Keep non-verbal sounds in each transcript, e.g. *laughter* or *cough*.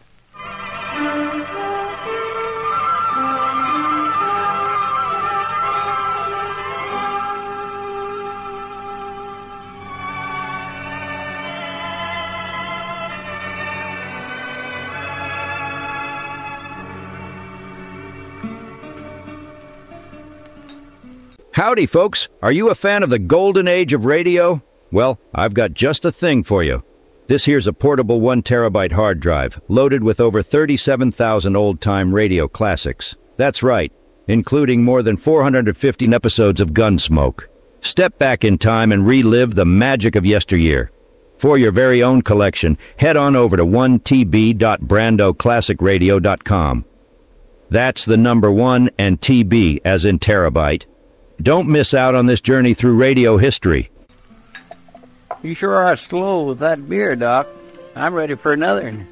Howdy, folks. Are you a fan of the golden age of radio? Well, I've got just the thing for you. This here's a portable 1 terabyte hard drive loaded with over 37,000 old time radio classics. That's right, including more than 415 episodes of Gunsmoke. Step back in time and relive the magic of yesteryear. For your very own collection, head on over to 1tb.brandoclassicradio.com. That's the number 1 and TB as in terabyte. Don't miss out on this journey through radio history. You sure are slow with that beer, Doc. I'm ready for another. one.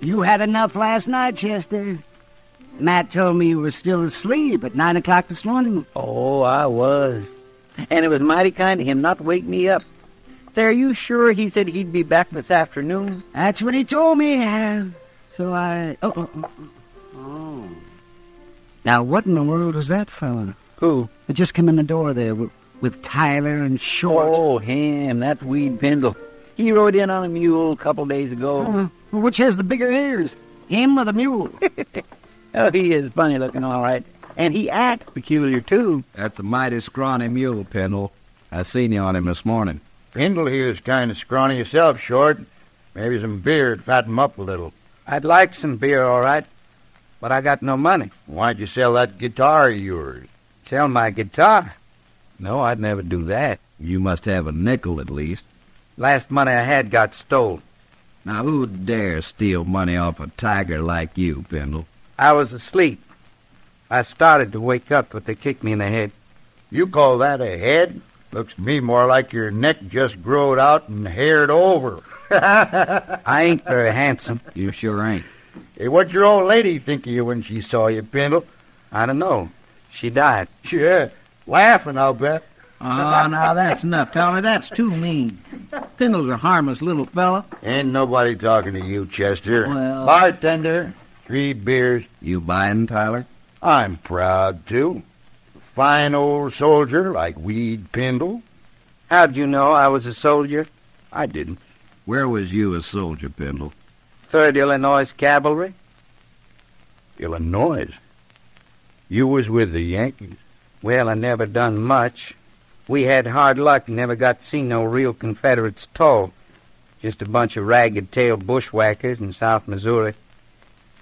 You had enough last night, Chester. Matt told me you were still asleep at nine o'clock this morning. Oh, I was. And it was mighty kind of him not to wake me up. Say, Are you sure he said he'd be back this afternoon? That's what he told me. uh, so I. Oh, oh, oh, oh. Now, what in the world was that fella? Who? that just came in the door there with, with Tyler and Short. Oh, him. That's Weed Pendle. He rode in on a mule a couple days ago. Uh, which has the bigger ears? Him or the mule? Oh, he is funny looking, all right. And he acts peculiar, too. That's a mighty scrawny mule, Pendle. I seen you on him this morning. Pendle here is kind of scrawny yourself, short. Maybe some beer would fatten him up a little. I'd like some beer, all right, but I got no money. Why'd you sell that guitar of yours? Sell my guitar? No, I'd never do that. You must have a nickel at least. Last money I had got stolen. Now who dare steal money off a tiger like you, Pendle? I was asleep. I started to wake up, but they kicked me in the head. You call that a head? Looks to me more like your neck just growed out and haired over. *laughs* I ain't very handsome. You sure ain't. Hey, what'd your old lady think of you when she saw you, Pendle? I don't know. She died. Yeah, laughing, I'll bet. Ah, Oh, now that's enough, Tyler. That's too mean. Pendle's a harmless little fella. Ain't nobody talking to you, Chester. Well- Bartender, three beers. You buying, Tyler? I'm proud, too. Fine old soldier like Weed Pendle. How'd you know I was a soldier? I didn't. Where was you a soldier, Pendle? Third Illinois Cavalry? Illinois. You was with the Yankees. Well, I never done much. We had hard luck and never got to see no real Confederates at all. Just a bunch of ragged-tailed bushwhackers in South Missouri.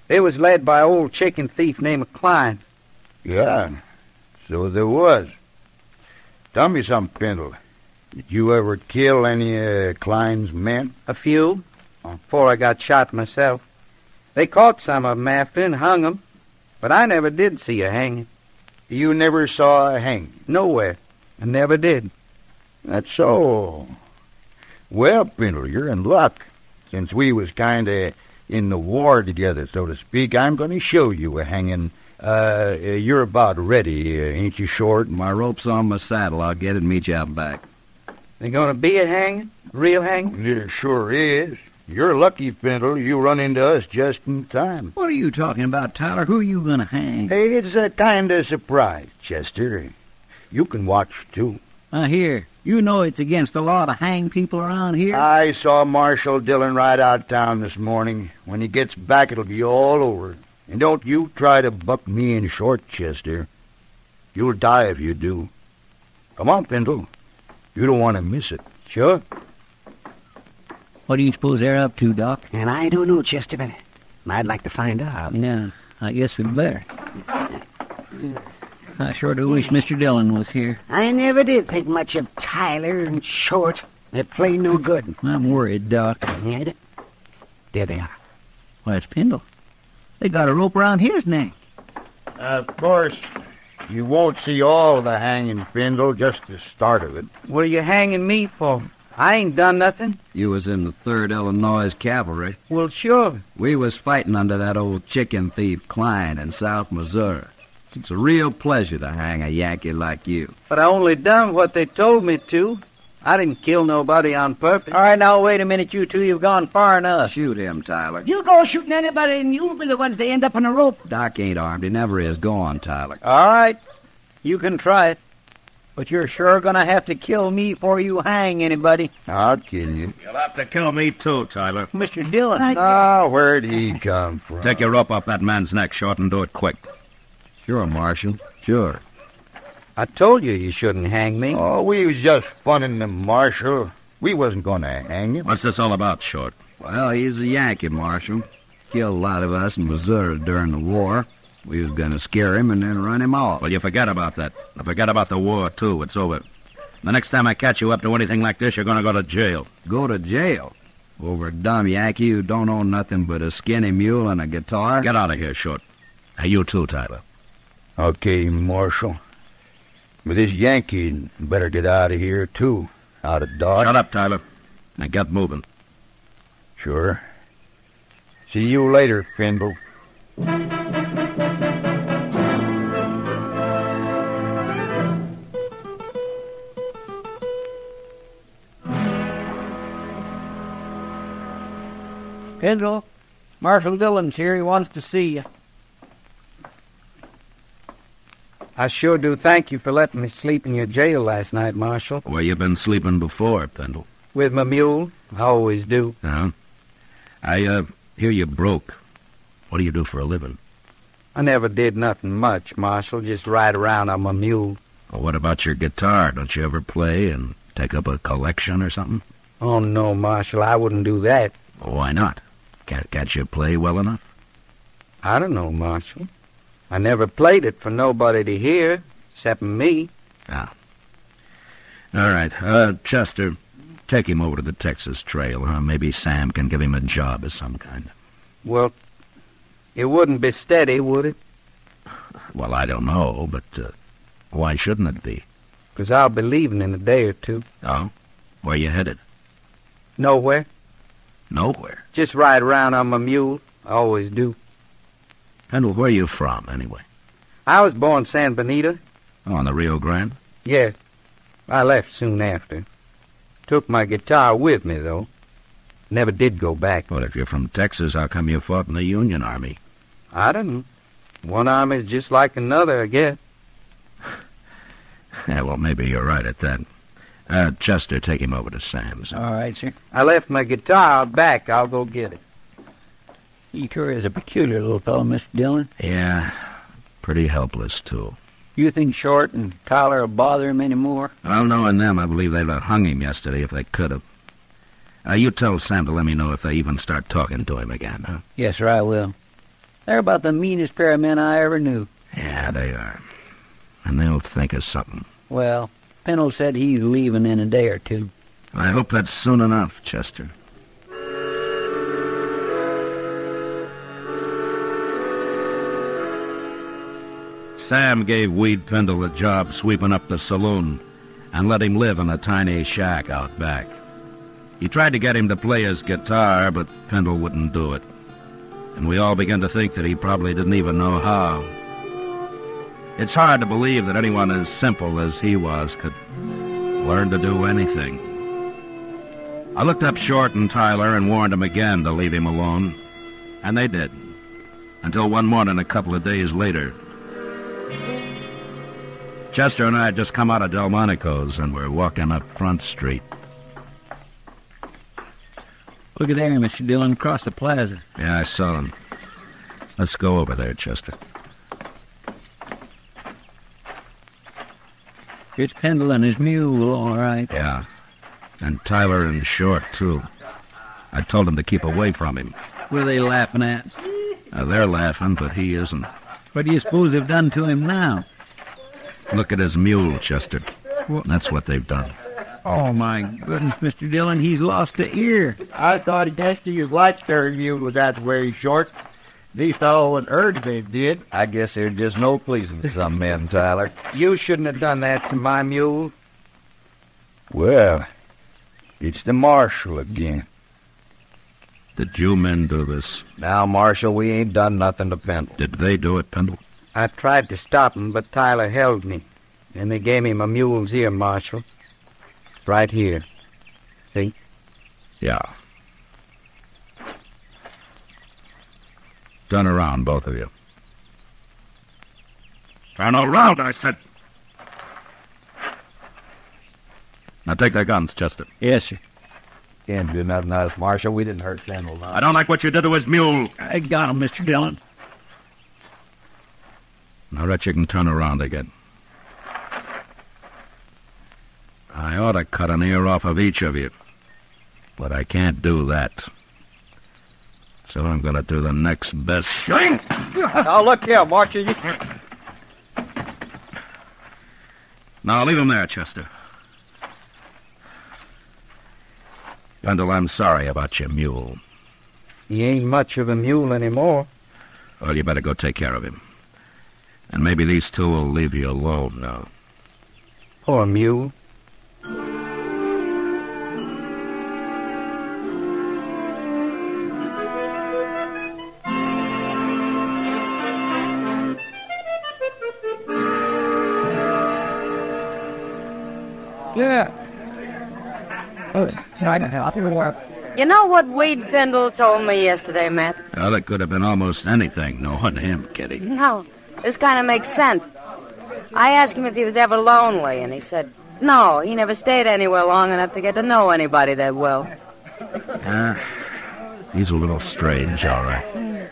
They was led by a old chicken thief named Klein. Yeah, so there was. Tell me something, Pendle. Did you ever kill any uh, Klein's men? A few, uh, before I got shot myself. They caught some of 'em after and hung 'em, but I never did see a hanging. You never saw a hang. Nowhere. I never did. That's so. Well, Pindle, you're in luck. Since we was kind of in the war together, so to speak, I'm going to show you a hanging. Uh, uh, you're about ready, uh, ain't you, Short? My rope's on my saddle. I'll get it and meet you out back. They gonna be a hanging? Real hanging? It sure is. You're lucky, Pindle. You run into us just in time. What are you talking about, Tyler? Who are you gonna hang? Hey, it's a kind of surprise, Chester. You can watch, too. I hear. Uh, You know it's against the law to hang people around here. I saw Marshal Dillon ride out of town this morning. When he gets back, it'll be all over. And don't you try to buck me in short, Chester. You'll die if you do. Come on, Pindle. You don't want to miss it. Sure? what do you suppose they're up to, Doc? And I don't know, Chester, but I'd like to find out. No, I guess we'd better. I sure do wish Mr. Dillon was here. I never did think much of Tyler and Short. They play no good. I'm worried, Doc. Yeah, they- There they are. Why, it's Pendle. They got a rope around his neck. Of course. You won't see all the hanging, Pindle, just the start of it. What are you hanging me for? I ain't done nothing. You was in the 3rd Illinois Cavalry. Well, sure. We was fighting under that old chicken thief Klein in South Missouri. It's a real pleasure to hang a Yankee like you. But I only done what they told me to. I didn't kill nobody on purpose. All right, now wait a minute, you two. You've gone far enough. Shoot him, Tyler. You go shooting anybody, and you'll be the ones that end up on a rope. Doc ain't armed. He never is. Go on, Tyler. All right, you can try it, but you're sure gonna have to kill me before you hang anybody, I'll kill you. You'll have to kill me too, Tyler. Mister Dillon. Ah, where'd he come from? Take your rope off that man's neck, Short, and do it quick. Sure, Marshal. Sure. I told you you shouldn't hang me. Oh, we was just funning the marshal. We wasn't going to hang him. What's this all about, Short? Well, he's a Yankee, Marshal. Killed a lot of us in Missouri during the war. We was going to scare him and then run him off. Well, you forget about that. And forget about the war, too. It's over. The next time I catch you up to anything like this, you're going to go to jail. Go to jail over a dumb Yankee who don't own nothing but a skinny mule and a guitar. Get out of here, Short. Hey, you too, Tyler. Okay, marshal. But this Yankee better get out of here, too. Out of Dodge. Shut up, Tyler. And get moving. Sure. See you later, Pindle. Pendle, Marshal Dillon's here. He wants to see you. I sure do thank you for letting me sleep in your jail last night, Marshal. Where you been sleeping before, Pendle? With my mule. I always do. Huh? I uh, hear you broke. What do you do for a living? I never did nothing much, Marshal. Just ride around on my mule. Or what about your guitar? Don't you ever play and take up a collection or something? Oh, no, Marshal. I wouldn't do that. Well, why not? Can't, can't you play well enough? I don't know, Marshal. I never played it for nobody to hear, except me. All right, uh, Chester, take him over to the Texas Trail, huh? Maybe Sam can give him a job of some kind. Well, it wouldn't be steady, would it? Well, I don't know, but uh, why shouldn't it be? Because I'll be leaving in a day or two. Oh, where you headed? Nowhere. Nowhere. Just ride around on my mule. I always do. Handel, where are you from, anyway? I was born San Benito. Oh, on the Rio Grande? Yeah. I left soon after. Took my guitar with me, though. Never did go back. Well, if you're from Texas, how come you fought in the Union Army? *laughs* I don't know. One army's just like another, I guess. Yeah, well, maybe you're right at that. Uh, Chester, take him over to Sam's. All right, sir. I left my guitar out back. I'll go get it. He sure is a peculiar little fellow, Mister Dillon. Yeah, pretty helpless, too. You think Short and Tyler will bother him any more? Well, knowing them, I believe they'd have hung him yesterday if they could have. Uh, you tell Sam to let me know if they even start talking to him again, huh? Yes, sir, I will. They're about the meanest pair of men I ever knew. Yeah, they are. And they'll think of something. Well, Pendle said he's leaving in a day or two. I hope that's soon enough, Chester. Sam gave Weed Pendle a job sweeping up the saloon and let him live in a tiny shack out back. He tried to get him to play his guitar, but Pendle wouldn't do it. And we all began to think that he probably didn't even know how. It's hard to believe that anyone as simple as he was could learn to do anything. I looked up Short and Tyler and warned them again to leave him alone, and they did. Until one morning a couple of days later. Chester and I had just come out of Delmonico's and were walking up Front Street. Look at there, Mr. Dillon, across the plaza. Yeah, I saw them. Let's go over there, Chester. It's Pendle and his mule, all right. Yeah. And Tyler and Short, too. I told him to keep away from him. What are they laughing at? Now, they're laughing, but he isn't. What do you suppose they've done to him now? Look at his mule, Chester. That's what they've done. Oh, my goodness, Mr. Dillon, he's lost an ear. I thought testing his white steering mule was out very short. These fellows urged they did. I guess there's just no pleasing some men, Tyler. You shouldn't have done that to my mule. Well, it's the marshal again. Did you men do this? Now, Marshal, we ain't done nothing to Pendle. Did they do it, Pendle? I tried to stop him, but Tyler held me. And they gave him a mule's ear, Marshal. Right here. See? Yeah. Turn around, both of you. Turn around, I said. Now take their guns, Chester. Yes, sir. Can't do nothing to us, Marshal. We didn't hurt Sandal. No. *laughs* I don't like what you did to his mule. I got him, Mr. Dillon. Now, Retch, you can turn around again. I ought to cut an ear off of each of you, but I can't do that. So I'm going to do the next best thing. Now, look here, Marshal. You... Now, leave him there, Chester. Pendle, I'm sorry about your mule. He ain't much of a mule anymore. Well, you better go take care of him. And maybe these two will leave you alone now. Poor mule. Yeah. Oh, I don't know. I'll be more. You know what Wade Pendle told me yesterday, Matt? Well, it could have been almost anything. No one him, Kitty. No, this kind of makes sense. I asked him if he was ever lonely, and he said, no, he never stayed anywhere long enough to get to know anybody that well. Yeah. He's a little strange, all right.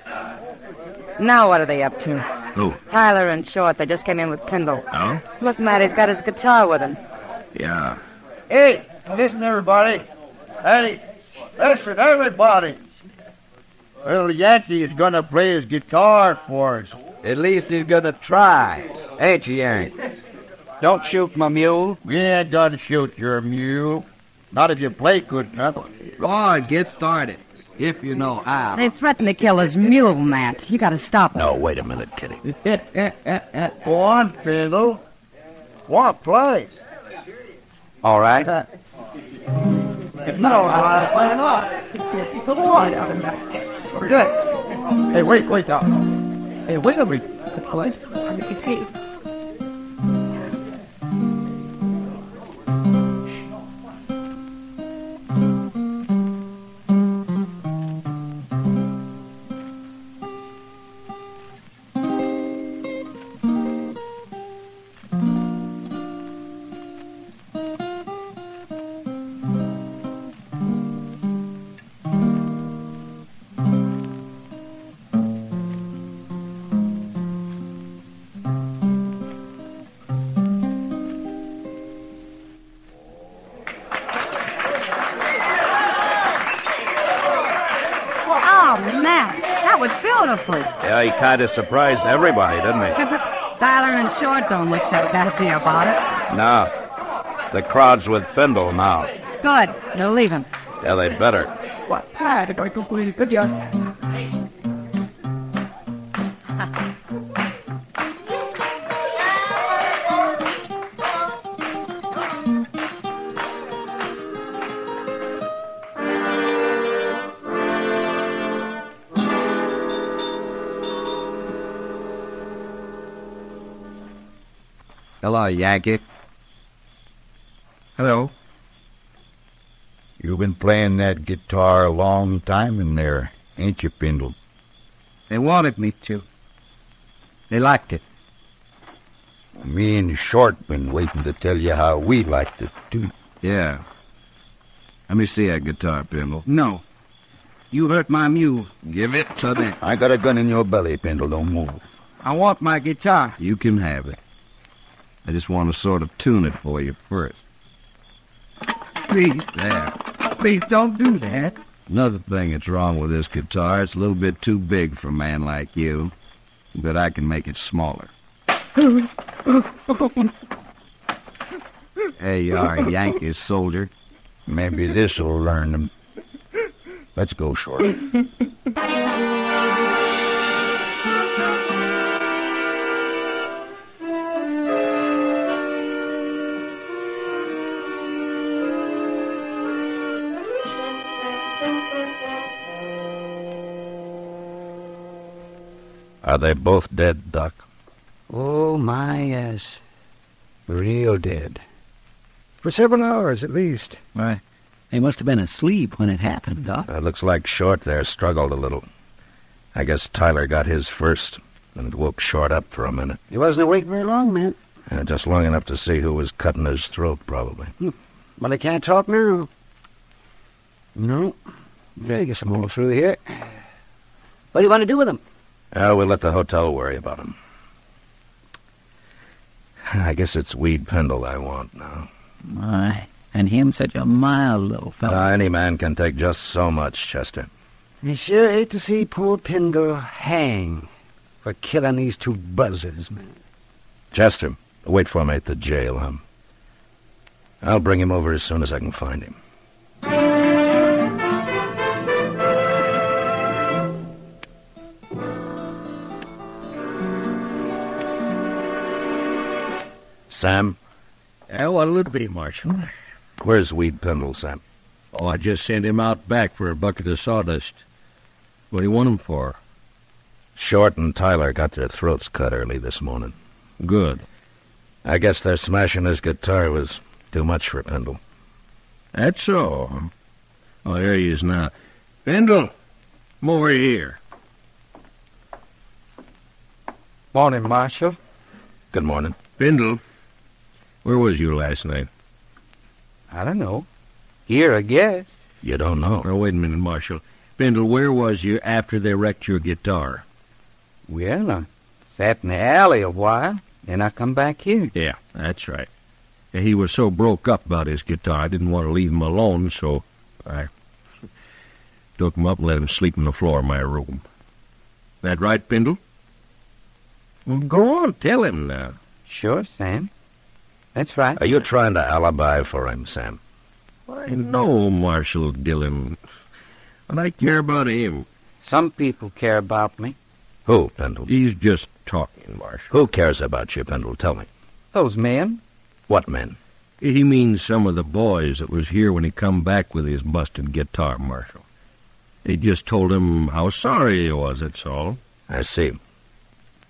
Now what are they up to? Who? Tyler and Short. They just came in with Pendle. Oh? Look, Matt, he's got his guitar with him. Yeah. Hey, listen, everybody. Hey, listen, everybody. Little Yankee is going to play his guitar for us. At least he's going to try. Ain't he, Aaron? Don't shoot my mule. We ain't going to shoot your mule. Not if you play good enough. Oh, get started. If you know *laughs* how. They threatened to kill his mule, Matt. You got to stop them. No, Oh, wait a minute, Kitty. Go on, Fiddle. What play? All right. *laughs* no, why not? Come on out of that. Yes. Hey, wait, wait, now. Hey, wait a minute. What? I'm going to take. Oh, Yeah, he kind of surprised everybody, didn't he? Tyler and Short don't look so happy about it. No. The crowd's with Bindle now. Good. They'll leave him. Yeah, they'd better. What? How did I do good, yeah? Hello, Yankee. Hello. You've been playing that guitar a long time in there, ain't you, Pindle? They wanted me to. They liked it. Me and Short been waiting to tell you how we liked it, too. Yeah. Let me see that guitar, Pindle. No. You hurt my mule. Give it to me. I got a gun in your belly, Pindle. Don't move. I want my guitar. You can have it. I just want to sort of tune it for you first. Please, There. please don't do that. Another thing that's wrong with this guitar, it's a little bit too big for a man like you, but I can make it smaller. Hey, you are, Yankee soldier. Maybe this'll learn them. Let's go, Short. Are they both dead, Doc? Oh, my, yes. Real dead. For several hours at least. Why, they must have been asleep when it happened, Doc. It Uh, looks like Short there struggled a little. I guess Tyler got his first, and it woke Short up for a minute. He wasn't awake very long, man. Uh, just long enough to see who was cutting his throat, probably. But I can't talk now. No. Better get some more through here. What do you want to do with him? Uh, we'll let the hotel worry about him. *sighs* I guess it's Weed Pendle I want now. My, and him such a mild little fellow. Uh, any man can take just so much, Chester. I sure hate to see poor Pindle hang for killing these two buzzards, man. Chester, wait for me at the jail, huh? I'll bring him over as soon as I can find him. Sam, Yeah, what'll it be, Marshal? where's Weed Pendle, Sam? Oh, I just sent him out back for a bucket of sawdust. What do you want him for? Short and Tyler got their throats cut early this morning. Good. I guess their smashing his guitar was too much for Pendle. That's so. huh? Oh, there he is now. Bendel, come over here. Morning, Marshal. Good morning. Bendel, where was you last night? I don't know. Here, I guess. You don't know. Oh, wait a minute, Marshal. Bendel, where was you after they wrecked your guitar? Well, I sat in the alley a while, then I come back here. Yeah, that's right. He was so broke up about his guitar, I didn't want to leave him alone, so I *laughs* took him up and let him sleep on the floor of my room. That right, Bindle? Well, go on, tell him now. Sure, Sam. That's right. Are you trying to alibi for him, Sam? Why, no, Marshal Dillon. And I care about him. Some people care about me. Who, Pendle? He's just talking, Marshal. Who cares about you, Pendle? Tell me. Those men. What men? He means some of the boys that was here when he come back with his busted guitar, Marshal. He just told him how sorry he was, that's all. I see.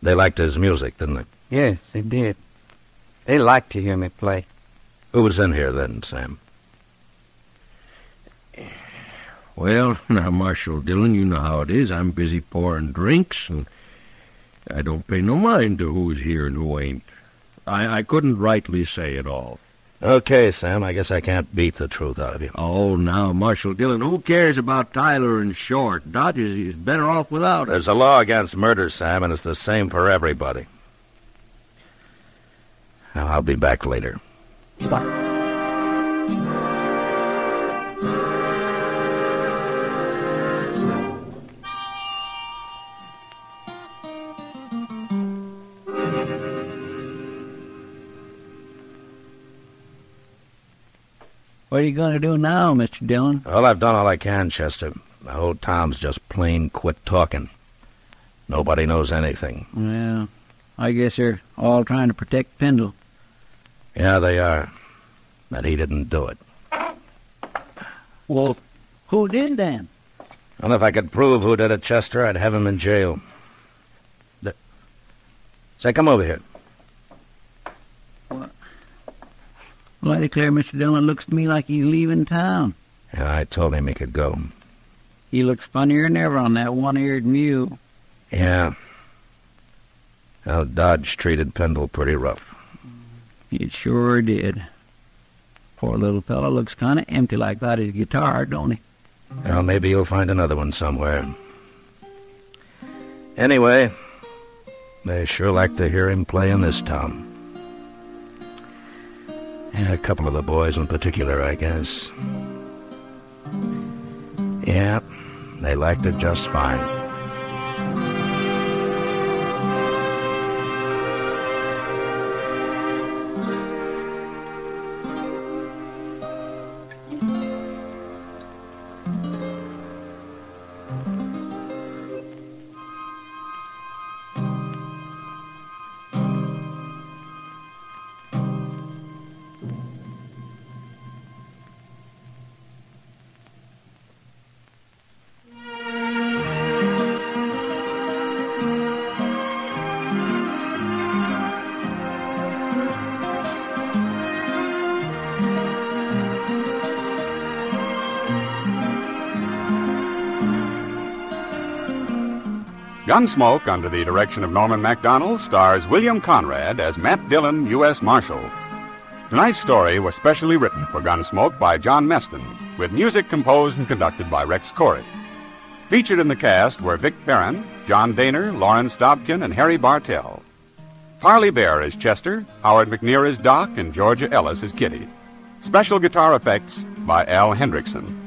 They liked his music, didn't they? Yes, they did. They like to hear me play. Who was in here then, Sam? Well, now, Marshal Dillon, you know how it is. I'm busy pouring drinks, and I don't pay no mind to who's here and who ain't. I, I couldn't rightly say it all. Okay, Sam, I guess I can't beat the truth out of you. Oh, now, Marshal Dillon, who cares about Tyler and Short? Dodge is is better off without us. There's a law against murder, Sam, and it's the same for everybody. Now, I'll be back later. What are you going to do now, Mr. Dillon? Well, I've done all I can, Chester. The whole town's just plain quit talking. Nobody knows anything. Well, I guess they're all trying to protect Pendle. Yeah, they are. But he didn't do it. Well, who did then? And if I could prove who did it, Chester, I'd have him in jail. The... Say, come over here. Well, I declare Mr. Dillon looks to me like he's leaving town. I told him he could go. He looks funnier than ever on that one-eared mule. Yeah. Well, Dodge treated Pendle pretty rough. It sure did. Poor little fellow looks kind of empty like about his guitar, don't he? Well, maybe you'll find another one somewhere. Anyway, they sure like to hear him play in this town. Yeah, a couple of the boys in particular, I guess. Yeah, they liked it just fine. Gunsmoke, under the direction of Norman MacDonald, stars William Conrad as Matt Dillon, U.S. Marshal. Tonight's story was specially written for Gunsmoke by John Meston, with music composed and conducted by Rex Corey. Featured in the cast were Vic Perrin, John Daner, Lauren Stobkin, and Harry Bartell. Parley Bear is Chester, Howard McNear is Doc, and Georgia Ellis is Kitty. Special guitar effects by Al Hendrickson.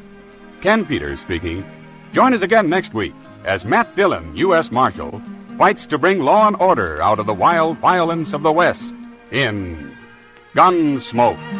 Ken Peters speaking. Join us again next week as Matt Dillon, U.S. Marshal, fights to bring law and order out of the wild violence of the West in Gunsmoke.